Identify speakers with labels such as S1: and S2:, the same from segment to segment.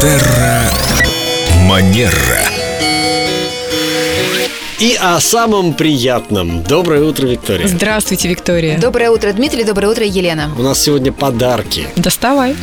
S1: Терра Манера.
S2: И о самом приятном. Доброе утро, Виктория.
S3: Здравствуйте, Виктория.
S4: Доброе утро, Дмитрий. Доброе утро, Елена.
S2: У нас сегодня подарки.
S3: Доставай.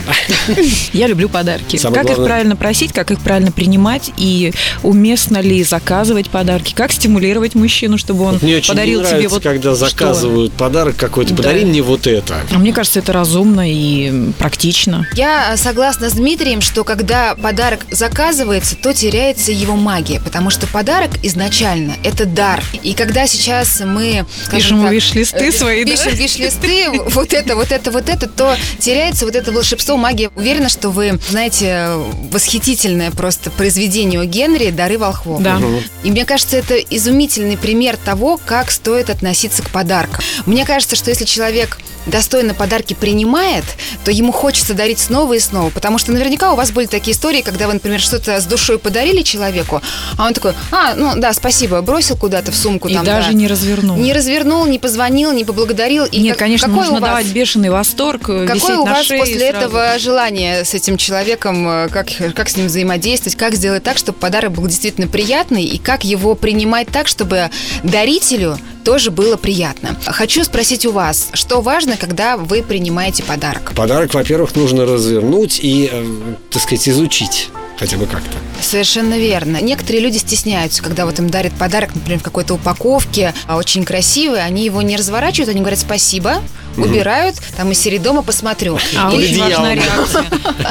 S3: Я люблю подарки.
S2: Самое
S3: как
S2: главное-
S3: их правильно просить, как их правильно принимать и уместно ли заказывать подарки, как стимулировать мужчину, чтобы он
S2: Мне очень
S3: подарил
S2: не
S3: тебе
S2: нравится,
S3: вот
S2: когда
S3: что.
S2: заказывают подарок какой-то.
S3: Да.
S2: Подари мне вот это.
S3: А мне кажется, это разумно и практично.
S4: Я э, согласна с Дмитрием, что когда подарок заказывается, то теряется его магия, потому что подарок изначально – это дар. И когда сейчас мы скажем
S3: Пишем
S4: так,
S3: виш-листы
S4: э,
S3: свои, да?
S4: пишем виш-листы, вот это, вот это, вот это, то теряется вот это волшебство, магия. Уверена, что вы знаете восхитительное просто произведение у Генри «Дары волхвов».
S3: Да.
S4: И мне кажется, это изумительный пример того, как стоит относиться к подаркам. Мне кажется, что если человек достойно подарки принимает, то ему хочется дарить снова и снова. Потому что наверняка у вас были такие истории, когда вы, например, что-то с душой подарили человеку, а он такой, а, ну да, спасибо, бросил куда-то в сумку.
S3: И
S4: там,
S3: даже
S4: да».
S3: не развернул.
S4: Не развернул, не позвонил, не поблагодарил. И
S3: Нет,
S4: как-
S3: конечно,
S4: какой
S3: нужно
S4: у вас-
S3: давать бешеный восторг,
S4: Какое
S3: Э, висеть
S4: у
S3: на
S4: вас
S3: шее
S4: после
S3: сразу.
S4: этого желание с этим человеком, э, как, как с ним взаимодействовать, как сделать так, чтобы подарок был действительно приятный, и как его принимать так, чтобы дарителю тоже было приятно. Хочу спросить у вас, что важно, когда вы принимаете подарок?
S2: Подарок, во-первых, нужно развернуть и, э, так сказать, изучить. Хотя бы как-то.
S4: Совершенно верно. Некоторые люди стесняются, когда вот им дарят подарок, например, в какой-то упаковке, а очень красивый, они его не разворачивают, они говорят спасибо, убирают, там из серии дома посмотрю.
S3: А,
S4: Или-
S3: очень важна
S2: одеялом.
S3: реакция.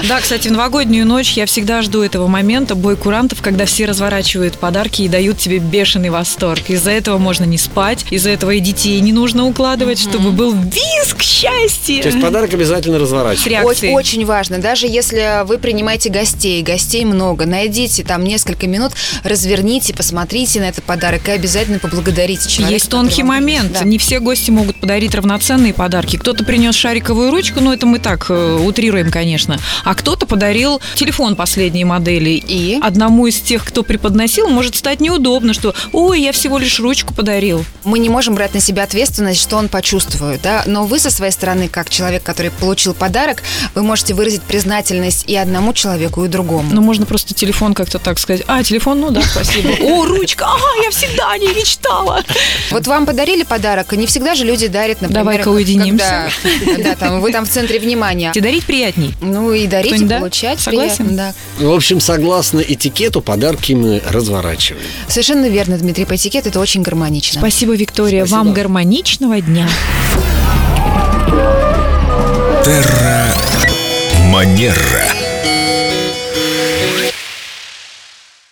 S3: Да, кстати, в новогоднюю ночь я всегда жду этого момента, бой курантов, когда все разворачивают подарки и дают тебе бешеный восторг. Из-за этого можно не спать, из-за этого и детей не нужно укладывать, чтобы был визг счастья.
S2: То есть подарок обязательно
S3: С
S2: разворачивать.
S3: реакцией.
S4: О- Очень важно, даже если вы принимаете гостей, гостей много, найдите там несколько минут, разверните, посмотрите на этот подарок и обязательно поблагодарите человека.
S3: Есть тонкий
S4: который вам-
S3: момент.
S4: Да.
S3: Не все гости могут подарить равноценные подарки. Кто-то принес шариковую ручку, ну это мы так э, утрируем, конечно. А кто-то подарил телефон последней модели.
S4: И?
S3: Одному из тех, кто преподносил, может стать неудобно, что «Ой, я всего лишь ручку подарил».
S4: Мы не можем брать на себя ответственность, что он почувствует, да, но вы со своей стороны, как человек, который получил подарок, вы можете выразить признательность и одному человеку, и другому.
S3: Ну, можно просто телефон как-то так сказать. А, телефон, ну да, спасибо. О, ручка, ага, я всегда о ней мечтала.
S4: Вот вам подарили подарок, и не всегда же люди дарят, например,
S3: Давай-ка уединимся.
S4: когда- да, там, вы там в центре внимания.
S3: Тебе дарить приятней.
S4: Ну и дарить, и
S3: Кто-нибудь, да?
S4: получать
S3: Согласен?
S4: приятно, да.
S2: В общем, согласно этикету, подарки мы разворачиваем.
S4: Совершенно верно, Дмитрий, по этикету это очень гармонично.
S3: Спасибо, Виктория.
S2: Спасибо.
S3: Вам гармоничного дня.
S1: Манера.